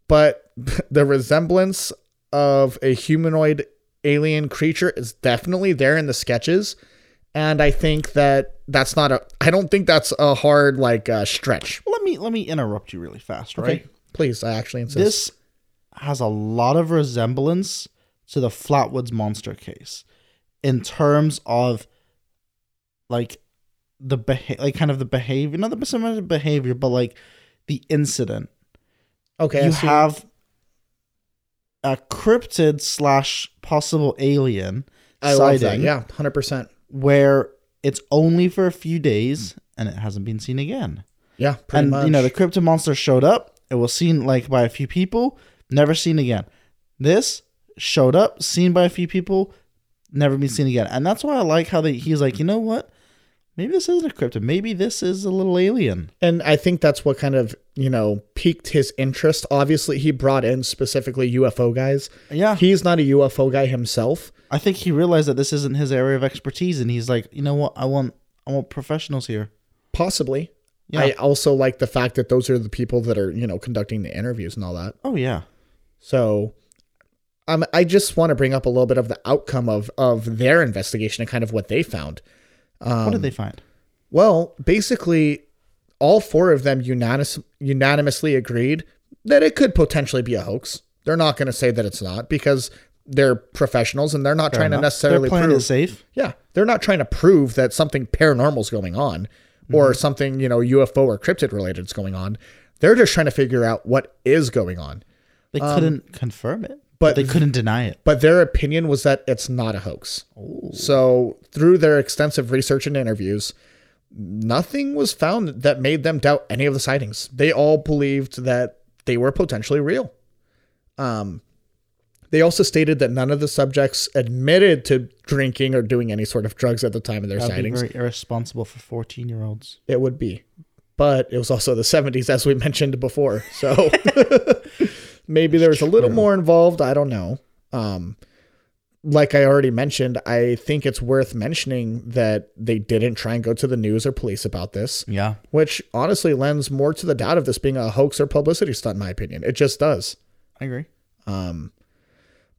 S1: but the resemblance of a humanoid alien creature is definitely there in the sketches. And I think that that's not a, I don't think that's a hard like uh, stretch.
S2: Let me let me interrupt you really fast, right?
S1: Okay. Please, I actually insist.
S2: This has a lot of resemblance to the Flatwoods monster case in terms of like the beha- like kind of the behavior, not the similar behavior, but like the incident.
S1: okay, I
S2: you
S1: see.
S2: have a cryptid slash possible alien
S1: I love
S2: sighting
S1: that. Yeah, hundred percent.
S2: where it's only for a few days and it hasn't been seen again.
S1: Yeah, pretty
S2: and
S1: much.
S2: you know the crypto monster showed up. It was seen like by a few people, never seen again. This showed up, seen by a few people, never been seen again. And that's why I like how they, he's like, you know what? Maybe this isn't a crypto. Maybe this is a little alien.
S1: and I think that's what kind of you know piqued his interest. Obviously, he brought in specifically UFO guys.
S2: Yeah,
S1: He's not a UFO guy himself.
S2: I think he realized that this isn't his area of expertise, and he's like, you know what? I want, I want professionals here.
S1: Possibly.
S2: Yeah.
S1: I also like the fact that those are the people that are you know conducting the interviews and all that.
S2: Oh yeah,
S1: So. Um, I just want to bring up a little bit of the outcome of, of their investigation and kind of what they found.
S2: what
S1: Um,
S2: did they find?
S1: Well, basically, all four of them unanimous, unanimously agreed that it could potentially be a hoax. They're not going to say that it's not because they're professionals and they're not trying to
S2: Enough.
S1: necessarily
S2: They're playing
S1: prove.
S2: it safe.
S1: Yeah, they're not trying to prove that something paranormal's going on or something, you know, UFO or cryptid related is going on. They're just trying to figure out what is going on.
S2: They couldn't confirm it,
S1: Um, but
S2: but they couldn't deny it.
S1: but their opinion was that it's not a hoax. So, through their extensive research and interviews, nothing was found that made them doubt any of the sightings. They all believed that they were potentially real. Um, They also stated that none of the subjects admitted to drinking or doing any sort of drugs at the time of their
S2: That'd be
S1: sightings.
S2: very irresponsible for 14 year olds.
S1: It would be. But it was also the 70s, as we mentioned before. So maybe there was a little
S2: True.
S1: more involved. I don't know. Um, like I already mentioned, I think it's worth mentioning that they didn't try and go to the news or police about this,
S2: Yeah.
S1: which honestly lends more to the doubt of this being a hoax or publicity stunt, in my opinion. It just does.
S2: I agree.
S1: Um,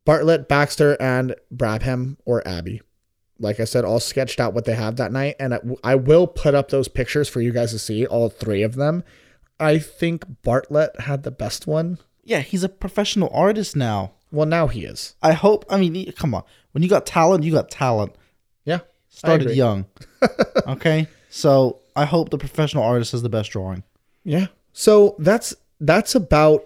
S1: Bartlett, Baxter, and Brabham or Abby. Like I said, all sketched out what they have that night. And I, I will put up those pictures for you guys to see, all three of them. I think Bartlett had the best one.
S2: Yeah, he's a professional artist now.
S1: Well, now he is.
S2: I hope. I mean, he- come on. When you got talent, you got talent.
S1: Yeah.
S2: Started
S1: agree.
S2: young. okay. So I hope the professional artist has the best drawing.
S1: Yeah. So that's that's about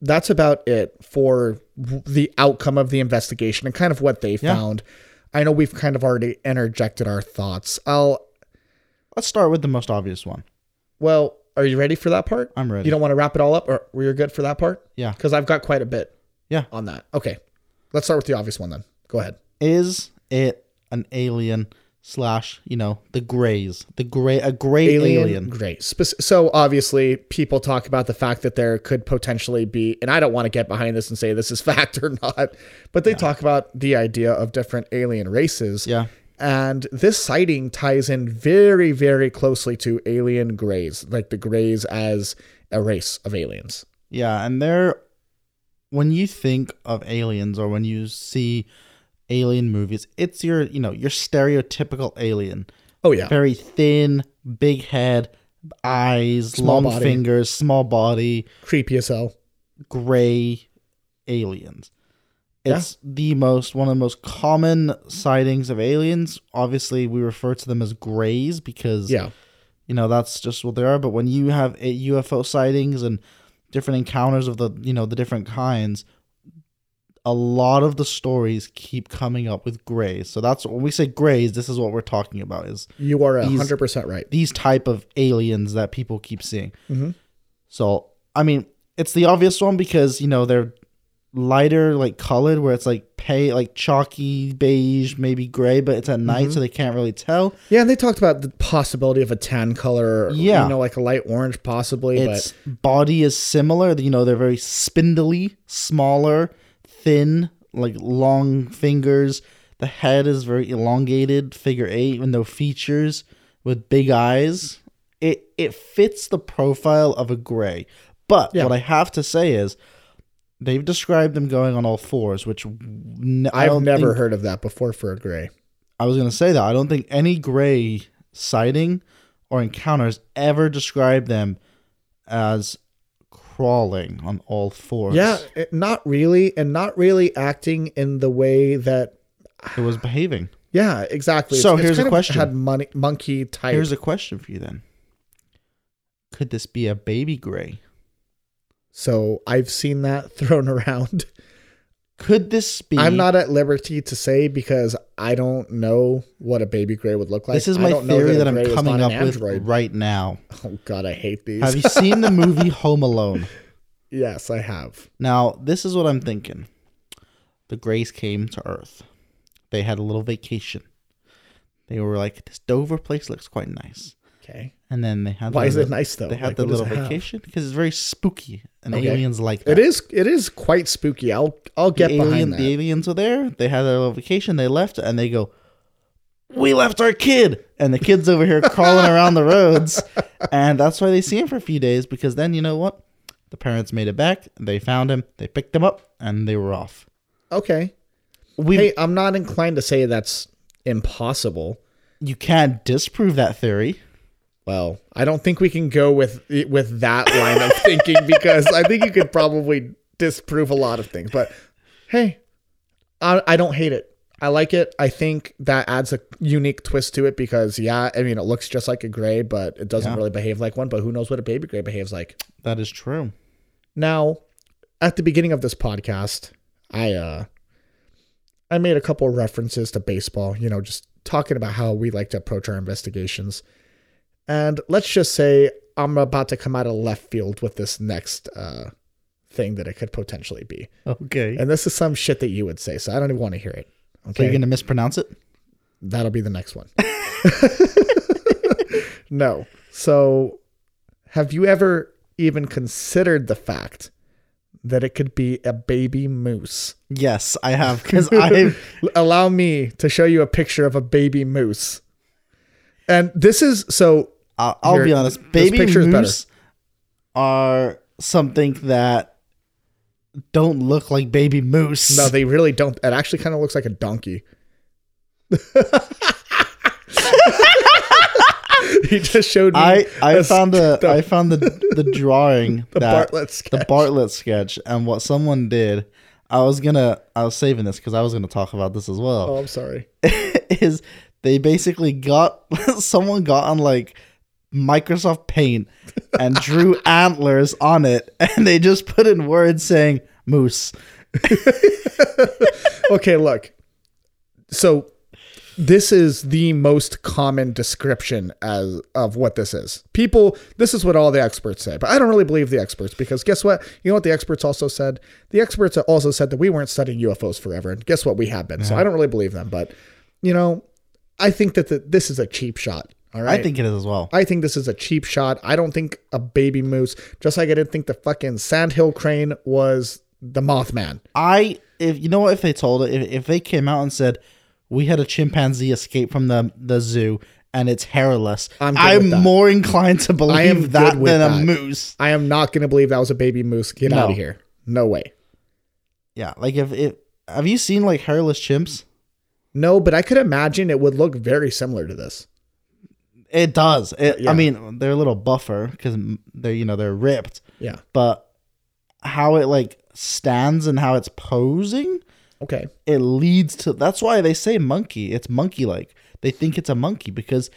S1: that's about it for w- the outcome of the investigation and kind of what they
S2: Yeah.
S1: found. I know we've kind of already interjected our thoughts. I'll
S2: Let's start with the most obvious one.
S1: well, are you ready for that part?
S2: I'm ready.
S1: You don't want to wrap it all up, or we're good for that part?
S2: Yeah.
S1: Because I've got quite a bit.
S2: Yeah.
S1: On that. Okay. Let's start with the obvious one then. Go ahead.
S2: Is it an alien slash, you know, the grays? The gray, a gray alien.
S1: Great. Spec- so obviously, people talk about the fact that there could potentially be, and I don't want to get behind this and say this is fact or not, but they talk about the idea of different alien races.
S2: Yeah.
S1: And this sighting ties in very, very closely to alien grays, like the grays as a race of aliens.
S2: Yeah. And they're, when you think of aliens or when you see alien movies, it's your, you know, your stereotypical alien.
S1: Oh, yeah.
S2: Very thin, big head, eyes,
S1: Small
S2: long
S1: body.
S2: fingers, small body,
S1: Creepy as hell.
S2: gray aliens.
S1: Yeah.
S2: It's the most one of the most common sightings of aliens. Obviously, we refer to them as grays because
S1: Yeah.
S2: you know that's just what they are. But when you have a UFO sightings and different encounters of the you know the different kinds, a lot of the stories keep coming up with grays. So that's when we say grays. This is what we're talking about: is
S1: You are a
S2: These-
S1: 100% right.
S2: these type of aliens that people keep seeing.
S1: Mhm.
S2: So I mean, it's the obvious one because you know they're lighter, like colored, where it's like pay, like chalky beige, maybe gray, but it's at night, so they can't really tell.
S1: Yeah, and they talked about the possibility of a tan color, or,
S2: Yeah.
S1: you know, like a light orange possibly,
S2: Its body is similar. You know, they're very spindly, smaller, thin, like long fingers. The head is very elongated, figure eight, with no features, with big eyes. It it fits the profile of a gray. But
S1: Yeah.
S2: what I have to say is, they've described them going on all fours, which n-
S1: but
S2: I
S1: I've
S2: don't
S1: never
S2: think-
S1: heard of that before for a gray.
S2: I was gonna say that I don't think any gray sighting or encounters ever describe them as crawling on all fours.
S1: Yeah, it- not really, and not really acting in the way that.
S2: it was behaving.
S1: Yeah, exactly.
S2: So here's a
S1: of
S2: question.
S1: Had money, monkey type.
S2: Here's a question for you then: Could this be a baby gray?
S1: so I've seen that thrown around.
S2: Could this be?
S1: I'm not at liberty to say because I don't know what a baby gray would look like.
S2: This is
S1: I
S2: my
S1: don't know
S2: theory
S1: a
S2: that,
S1: gray
S2: I'm
S1: is
S2: coming
S1: not
S2: up
S1: an
S2: with
S1: android.
S2: right now.
S1: Oh God, I hate these.
S2: Have you seen the movie Home Alone?
S1: yes, I have.
S2: Now, this is what I'm thinking. The Greys came to Earth. They had a little vacation. They were like, this Dover place looks quite nice.
S1: Okay.
S2: And then they had
S1: Why
S2: the
S1: is it
S2: little-
S1: nice though?
S2: They had
S1: Like,
S2: the
S1: what does
S2: little
S1: it have?
S2: vacation because it's very spooky, and
S1: Okay.
S2: aliens like
S1: It
S2: that.
S1: is it is quite spooky. I'll I'll get
S2: the, alien,
S1: behind that.
S2: the aliens were there. They had their little vacation. They left, and they go, "We left our kid," and the kid's over here crawling around the roads, and that's why they see him for a few days. Because then you know what, the parents made it back. They found him. They picked him up, and they were off.
S1: okay.
S2: We
S1: Hey, I'm not inclined to say that's impossible.
S2: you can't disprove that theory.
S1: Well, I don't think we can go with with that line of thinking because I think you could probably disprove a lot of things. But hey, I, I don't hate it. I like it. I think that adds a unique twist to it because yeah, I mean it looks just like a gray, but it doesn't
S2: Yeah.
S1: really behave like one. But who knows what a baby gray behaves like?
S2: That is true.
S1: Now, at the beginning of this podcast, I uh I made a couple references to baseball, you know, just talking about how we like to approach our investigations. And let's just say I'm about to come out of left field with this next uh thing that it could potentially be.
S2: Okay.
S1: And this is some shit that you would say, so I don't even want to hear it.
S2: so
S1: Okay.
S2: you're gonna mispronounce it?
S1: That'll be the next one. no. So, have you ever even considered the fact that it could be a baby moose?
S2: Yes, I have because I
S1: Allow me to show you a picture of a baby moose. And this is so
S2: I'll, I'll
S1: Here,
S2: be honest.
S1: this
S2: Baby
S1: picture is better.
S2: moose are something that don't look like baby moose.
S1: no, they really don't. It actually kind of looks like a donkey. he just showed me.
S2: I I
S1: a
S2: found the I found the the drawing
S1: the
S2: that
S1: Bartlett sketch.
S2: the Bartlett sketch and what someone did. I was gonna I was saving this because I was gonna talk about this as well.
S1: oh, I'm sorry.
S2: is they basically got someone got on like Microsoft Paint and drew antlers on it, and they just put in words saying moose.
S1: okay, look. So this is the most common description as of what this is. People, this is what all the experts say, but I don't really believe the experts because guess what? You know what the experts also said? The experts also said that we weren't studying UFOs forever, and guess what? We have been.
S2: Uh-huh.
S1: So I don't really believe them, but you know, I think that the, this is a cheap shot. All right.
S2: I think it is as well.
S1: I think this is a cheap shot. I don't think a baby moose, just like I didn't think the fucking sandhill crane was the Mothman.
S2: I if you know what if they told it if, if they came out and said we had a chimpanzee escape from the the zoo and it's hairless,
S1: I'm
S2: I'm,
S1: good with that.
S2: more inclined to believe
S1: am good
S2: that
S1: with
S2: than a
S1: that.
S2: moose.
S1: I am not going to believe that was a baby moose. Get
S2: No.
S1: out of here. No way.
S2: Yeah, like if if have you seen like hairless chimps?
S1: No, but I could imagine it would look very similar to this.
S2: It does. It,
S1: Yeah.
S2: I mean, they're a little buffer because they're you know they're ripped,
S1: Yeah.
S2: but how it like stands and how it's posing,
S1: Okay.
S2: it leads to. That's why they say monkey. It's monkey like. They think it's a monkey because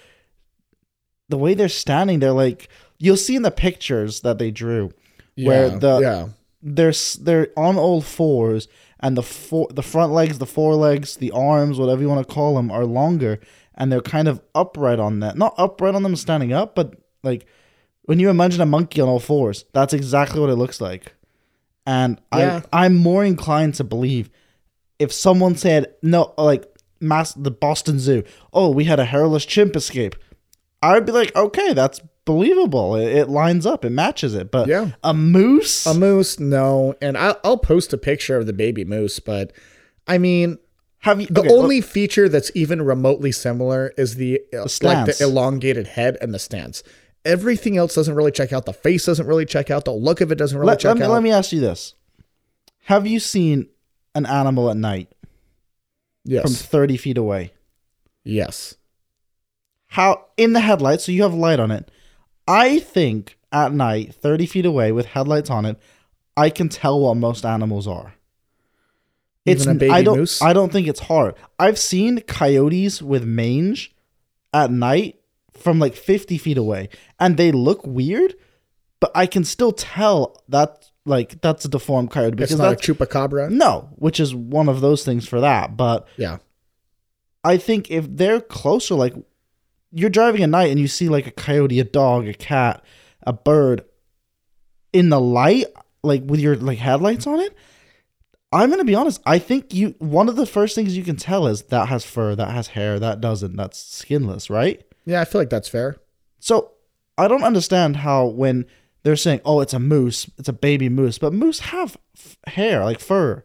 S2: the way they're standing, they're like you'll see in the pictures that they drew. Where
S1: Yeah,
S2: the-
S1: yeah.
S2: They're s- they're on all fours, and the four the front legs, the forelegs, the arms, whatever you want to call them, are longer, and they're kind of upright on that. Not upright on them standing up, but like when you imagine a monkey on all fours, that's exactly what it looks like. And
S1: Yeah.
S2: I I'm more inclined to believe if someone said no, like mass the Boston Zoo, oh we had a hairless chimp escape, I would be like okay that's believable. It, it lines up, it matches it. But
S1: Yeah.
S2: a moose,
S1: A moose, no. And I, I'll post a picture of the baby moose, but I mean,
S2: have you
S1: the
S2: okay,
S1: only feature that's even remotely similar is the, uh, like
S2: stance.
S1: the elongated head and the stance. Everything else doesn't really check out. The face doesn't really check out. The look of it doesn't really
S2: let,
S1: check
S2: let, me,
S1: out.
S2: let me ask you this: Have you seen an animal at night
S1: yes.
S2: from thirty feet away?
S1: yes.
S2: how in the headlights, so you have light on it. I think at night, 30 feet away with headlights on it, I can tell what most animals are. It's
S1: Even a baby
S2: I don't
S1: moose?
S2: I don't think it's hard. I've seen coyotes with mange at night from like 50 feet away and they look weird, but I can still tell that like that's a deformed coyote
S1: It's
S2: because
S1: not a
S2: that's
S1: chupacabra.
S2: no, which is one of those things for that, but
S1: Yeah.
S2: I think if they're closer, like you're driving at night and you see like a coyote, a dog, a cat, a bird in the light, like with your like headlights on it. I'm gonna be honest. I think you one of the first things you can tell is that has fur, that has hair, that doesn't, that's skinless, right?
S1: Yeah, I feel like that's fair.
S2: So I don't understand how when they're saying, "Oh, it's a moose, it's a baby moose," but moose have f- hair, like fur.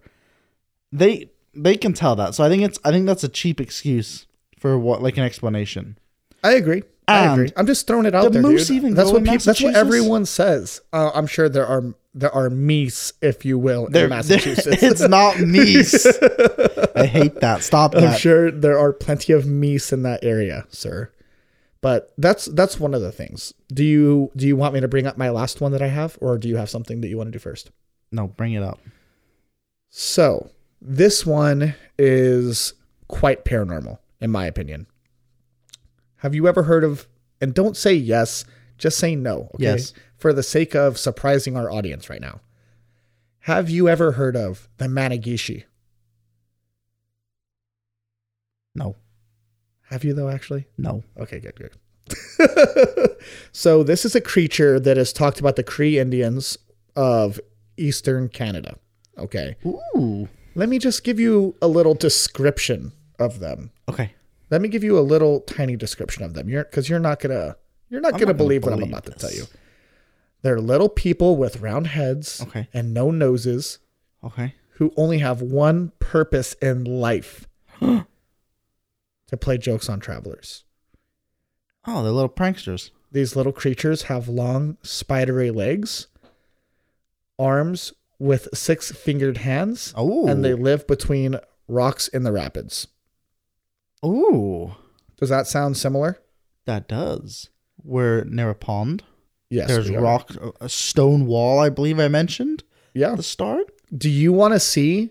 S2: They they can tell that. So I think it's I think that's a cheap excuse for what like an explanation.
S1: I agree. I
S2: And
S1: agree. I'm just throwing it out
S2: the
S1: there.
S2: moose
S1: dude.
S2: even
S1: that's
S2: go
S1: what
S2: in
S1: peop- that's what
S2: Massachusetts?
S1: everyone says. Uh, I'm sure there are there are meese, if you will, in Massachusetts.
S2: it's not meese. I hate that. Stop
S1: I'm
S2: that.
S1: sure there are plenty of meese in that area, sir. But that's that's one of the things. Do you do you want me to bring up my last one that I have, or do you have something that you want to do first?
S2: No, bring it up.
S1: So this one is quite paranormal, in my opinion. Have you ever heard of? And don't say yes, just say no. Okay?
S2: Yes.
S1: For the sake of surprising our audience right now, have you ever heard of the Managishi?
S2: No,
S1: Have you though, actually?
S2: no.
S1: Okay, good, good. so this is a creature that is talked about the Cree Indians of Eastern Canada. Okay.
S2: Ooh.
S1: Let me just give you a little description of them.
S2: Okay.
S1: Let me give you a little tiny description of them. You're because you're not gonna you're not gonna
S2: not gonna
S1: believe what I'm
S2: believe
S1: about to tell
S2: this.
S1: you. They're little people with round heads
S2: Okay.
S1: and no noses
S2: Okay.
S1: who only have one purpose in life to play jokes on travelers.
S2: Oh, they're little pranksters.
S1: These little creatures have long, spidery legs, arms with six fingered hands,
S2: Oh.
S1: and they live between rocks in the rapids.
S2: Ooh.
S1: Does that sound similar?
S2: That does. We're near a pond.
S1: Yes.
S2: There's
S1: we are.
S2: rock, a- a stone wall. I believe I mentioned
S1: Yeah.
S2: at the start.
S1: Do you want to see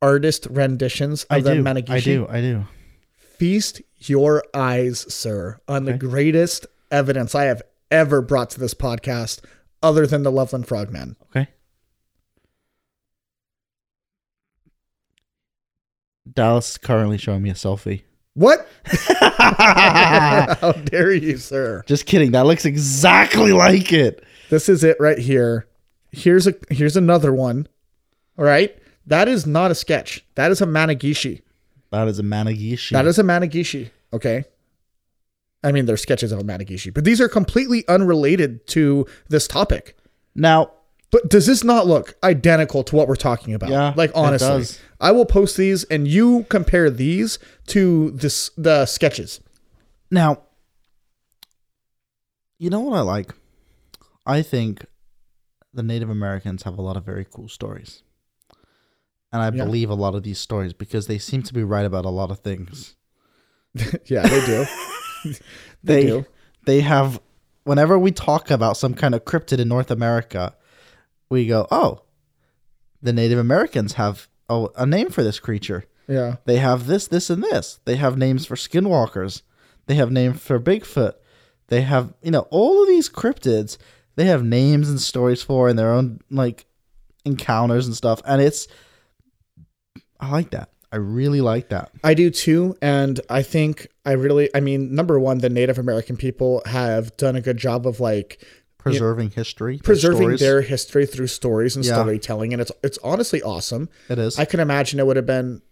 S1: artist renditions
S2: I
S1: of the
S2: do.
S1: Managishi?
S2: I do. I do.
S1: Feast your eyes, sir, on the
S2: Okay.
S1: greatest evidence I have ever brought to this podcast, other than the Loveland Frogman.
S2: Okay. Dallas is currently showing me a selfie.
S1: What? How dare you, sir?
S2: Just kidding. That looks exactly like it.
S1: This is it right here. Here's a here's another one. All right. That is not a sketch. That is a managishi.
S2: That is a Managishi.
S1: That is a managishi. Okay. I mean, they're sketches of a managishi, but these are completely unrelated to this topic.
S2: now.
S1: But does this not look identical to what we're talking about?
S2: Yeah,
S1: Like
S2: it
S1: honestly,
S2: does.
S1: I will post these and you compare these to this the sketches.
S2: Now, you know what I like? I think the Native Americans have a lot of very cool stories. And I
S1: Yeah.
S2: believe a lot of these stories because they seem to be right about a lot of things.
S1: yeah, they do.
S2: They they,
S1: do.
S2: have whenever we talk about some kind of cryptid in North America, we go, "Oh, the Native Americans have a, a name for this creature."
S1: Yeah.
S2: They have this, this, and this. They have names for skinwalkers. They have names for Bigfoot. They have, you know, all of these cryptids, they have names and stories for and their own, like, encounters and stuff. And it's, I like that. I really like that.
S1: I do too, and I think I really I mean, number one, the Native American people have done a good job of like
S2: Preserving history. their
S1: preserving
S2: stories.
S1: their history through stories and
S2: Yeah.
S1: storytelling and it's it's honestly awesome.
S2: It is.
S1: I can imagine it would have been,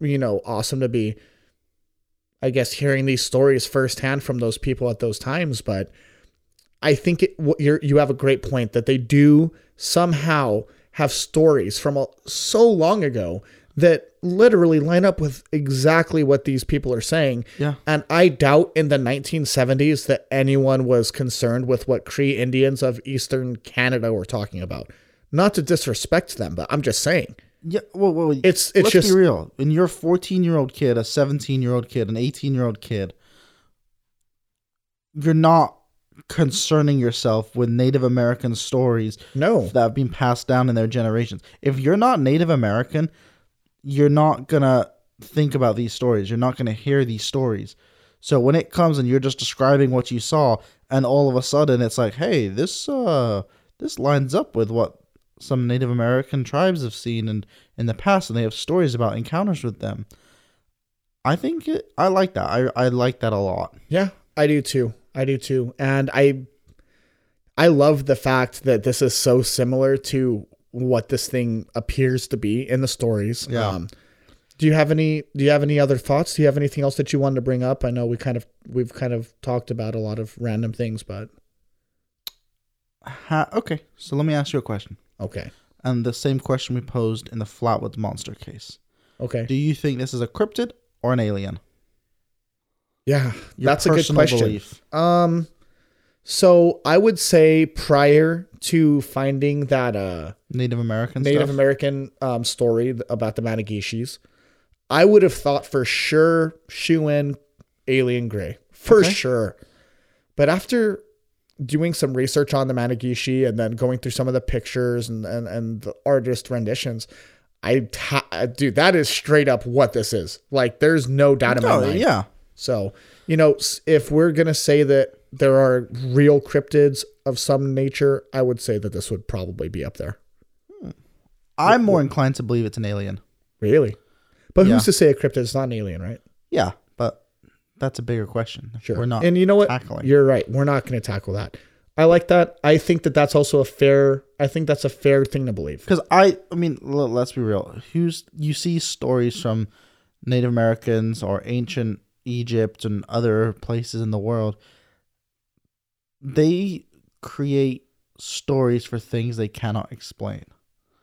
S1: you know, awesome to be, I guess, hearing these stories firsthand from those people at those times. But I think it, what you're, you have a great point that they do somehow have stories from a, so long ago that literally line up with exactly what these people are saying.
S2: yeah.
S1: And I doubt in the 1970s that anyone was concerned with what Cree Indians of Eastern Canada were talking about. Not to disrespect them, but I'm just saying.
S2: Yeah. Well, well
S1: It's- it's
S2: let's
S1: just-
S2: be real. When you're a 14 year old kid, a 17 year old kid, an 18 year old kid, you're not concerning yourself with Native American stories
S1: No.
S2: that have been passed down in their generations. If you're not Native American, you're not gonna think about these stories. You're not gonna hear these stories. So when it comes and you're just describing what you saw, and all of a sudden it's like, hey, this uh this lines up with what some Native American tribes have seen and in the past, and they have stories about encounters with them. I think it, I like that. I I like that a lot.
S1: Yeah, I do too. I do too. And I I love the fact that this is so similar to what this thing appears to be in the stories. Um,
S2: Yeah.
S1: do you have any do you have any other thoughts? Do you have anything else that you wanted to bring up? I know we kind of we've kind of talked about a lot of random things, but
S2: Ha, okay, so let me ask you a question,
S1: okay.
S2: and the same question we posed in the Flatwoods Monster case.
S1: Okay.
S2: Do you think this is a cryptid or an alien?
S1: yeah.
S2: Your
S1: That's a good
S2: personal
S1: question.
S2: belief.
S1: Um so I would say prior to finding that uh
S2: Native American
S1: Native
S2: stuff.
S1: American um, story th- about the Managishis, I would have thought for sure shoe in Alien Gray for
S2: Okay.
S1: sure. But after doing some research on the Managishi and then going through some of the pictures and and, and the artist renditions, I ta- uh, dude that is straight up what this is. Like there's no doubt in my
S2: oh
S1: mind.
S2: yeah,
S1: So, you know, s- if we're going to say that there are real cryptids of some nature, I would say that this would probably be up there.
S2: I'm more inclined to believe it's an alien.
S1: Really? But
S2: Yeah.
S1: who's to say a cryptid is not an alien, right?
S2: Yeah, but that's a bigger question.
S1: Sure.
S2: We're not.
S1: And you know what?
S2: tackling.
S1: You're right. We're not going to tackle that. I like that. I think that that's also a fair. I think that's a fair thing to believe.
S2: Because I, I mean, l- let's be real. Who's you see stories from Native Americans or ancient Egypt and other places in the world? They create stories for things they cannot explain.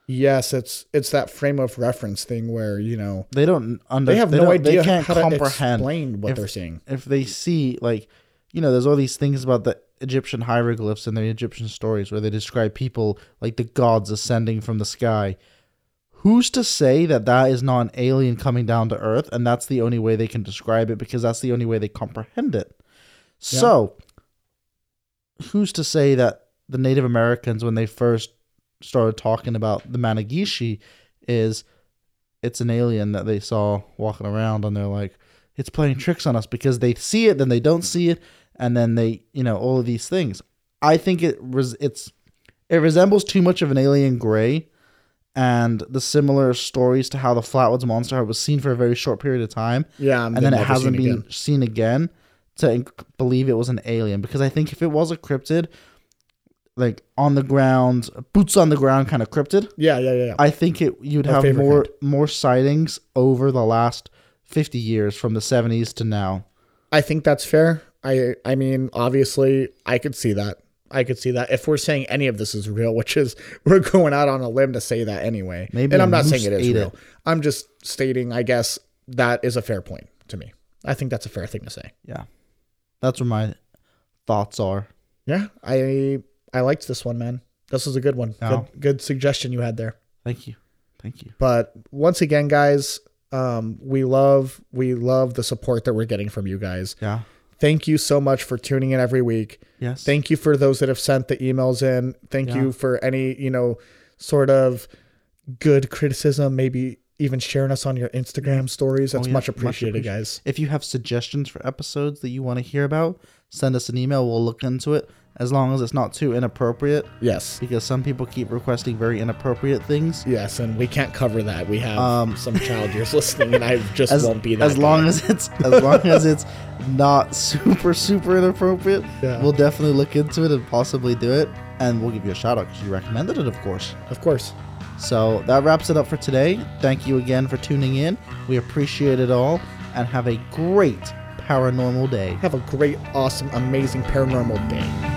S1: Yes, it's it's that frame of reference thing where you know
S2: They don't under.
S1: they have no
S2: don't-
S1: idea
S2: They can't
S1: how
S2: comprehend
S1: to explain what
S2: if-
S1: they're seeing.
S2: if they see like you know there's all these things about the egyptian hieroglyphs and the egyptian stories where they describe people like the gods ascending from the sky who's to say that that is not an alien coming down to earth and that's the only way they can describe it because that's the only way they comprehend it so who's to say that the native americans when they first started talking about the managishi is it's an alien that they saw walking around and they're like it's playing tricks on us because they see it then they don't see it and then they you know all of these things i think it res- it's it resembles too much of an alien gray and the similar stories to how the flatwoods monster Heart was seen for a very short period of time
S1: Yeah,
S2: and then it
S1: never seen
S2: hasn't been
S1: again.
S2: seen again to inc- believe it was an alien because i think if it was a cryptid like on the ground boots on the ground kind of cryptid
S1: Yeah, yeah, yeah. yeah.
S2: I think it you'd
S1: Our
S2: have
S1: favorite
S2: more more sightings over the last fifty years from the seventies to now.
S1: I think that's fair. I I mean, obviously, I could see that. I could see that if we're saying any of this is real, which is we're going out on a limb to say that anyway.
S2: Maybe
S1: and
S2: a
S1: I'm not saying
S2: moose
S1: it is
S2: ate
S1: real.
S2: it.
S1: I'm just stating, I guess that is a fair point to me. I think that's a fair thing to say.
S2: Yeah. That's where my thoughts are.
S1: Yeah, I I liked this one, man. This was a good one.
S2: Oh.
S1: Good, good suggestion you had there.
S2: Thank you. Thank you.
S1: But once again, guys, um, we love we love the support that we're getting from you guys.
S2: Yeah.
S1: Thank you so much for tuning in every week.
S2: Yes.
S1: Thank you for those that have sent the emails in. Thank you for any, you know, sort of good criticism, maybe even sharing us on your Instagram stories. That's
S2: yeah.
S1: much
S2: Much
S1: appreciated,
S2: appreciated.
S1: guys.
S2: if you have suggestions for episodes that you want to hear about, send us an email. We'll look into it as long as it's not too inappropriate
S1: Yes.
S2: because some people keep requesting very inappropriate things.
S1: Yes, and we can't cover that. We have
S2: Um,
S1: some child years listening and I just
S2: As,
S1: won't be that
S2: as long as it's as long as it's not super super inappropriate,
S1: Yeah.
S2: we'll definitely look into it and possibly do it, and we'll give you a shout out because you recommended it, of course.
S1: guy. Of course.
S2: So that wraps it up for today. Thank you again for tuning in. We appreciate it all, and have a great paranormal day.
S1: Have a great, awesome, amazing paranormal day.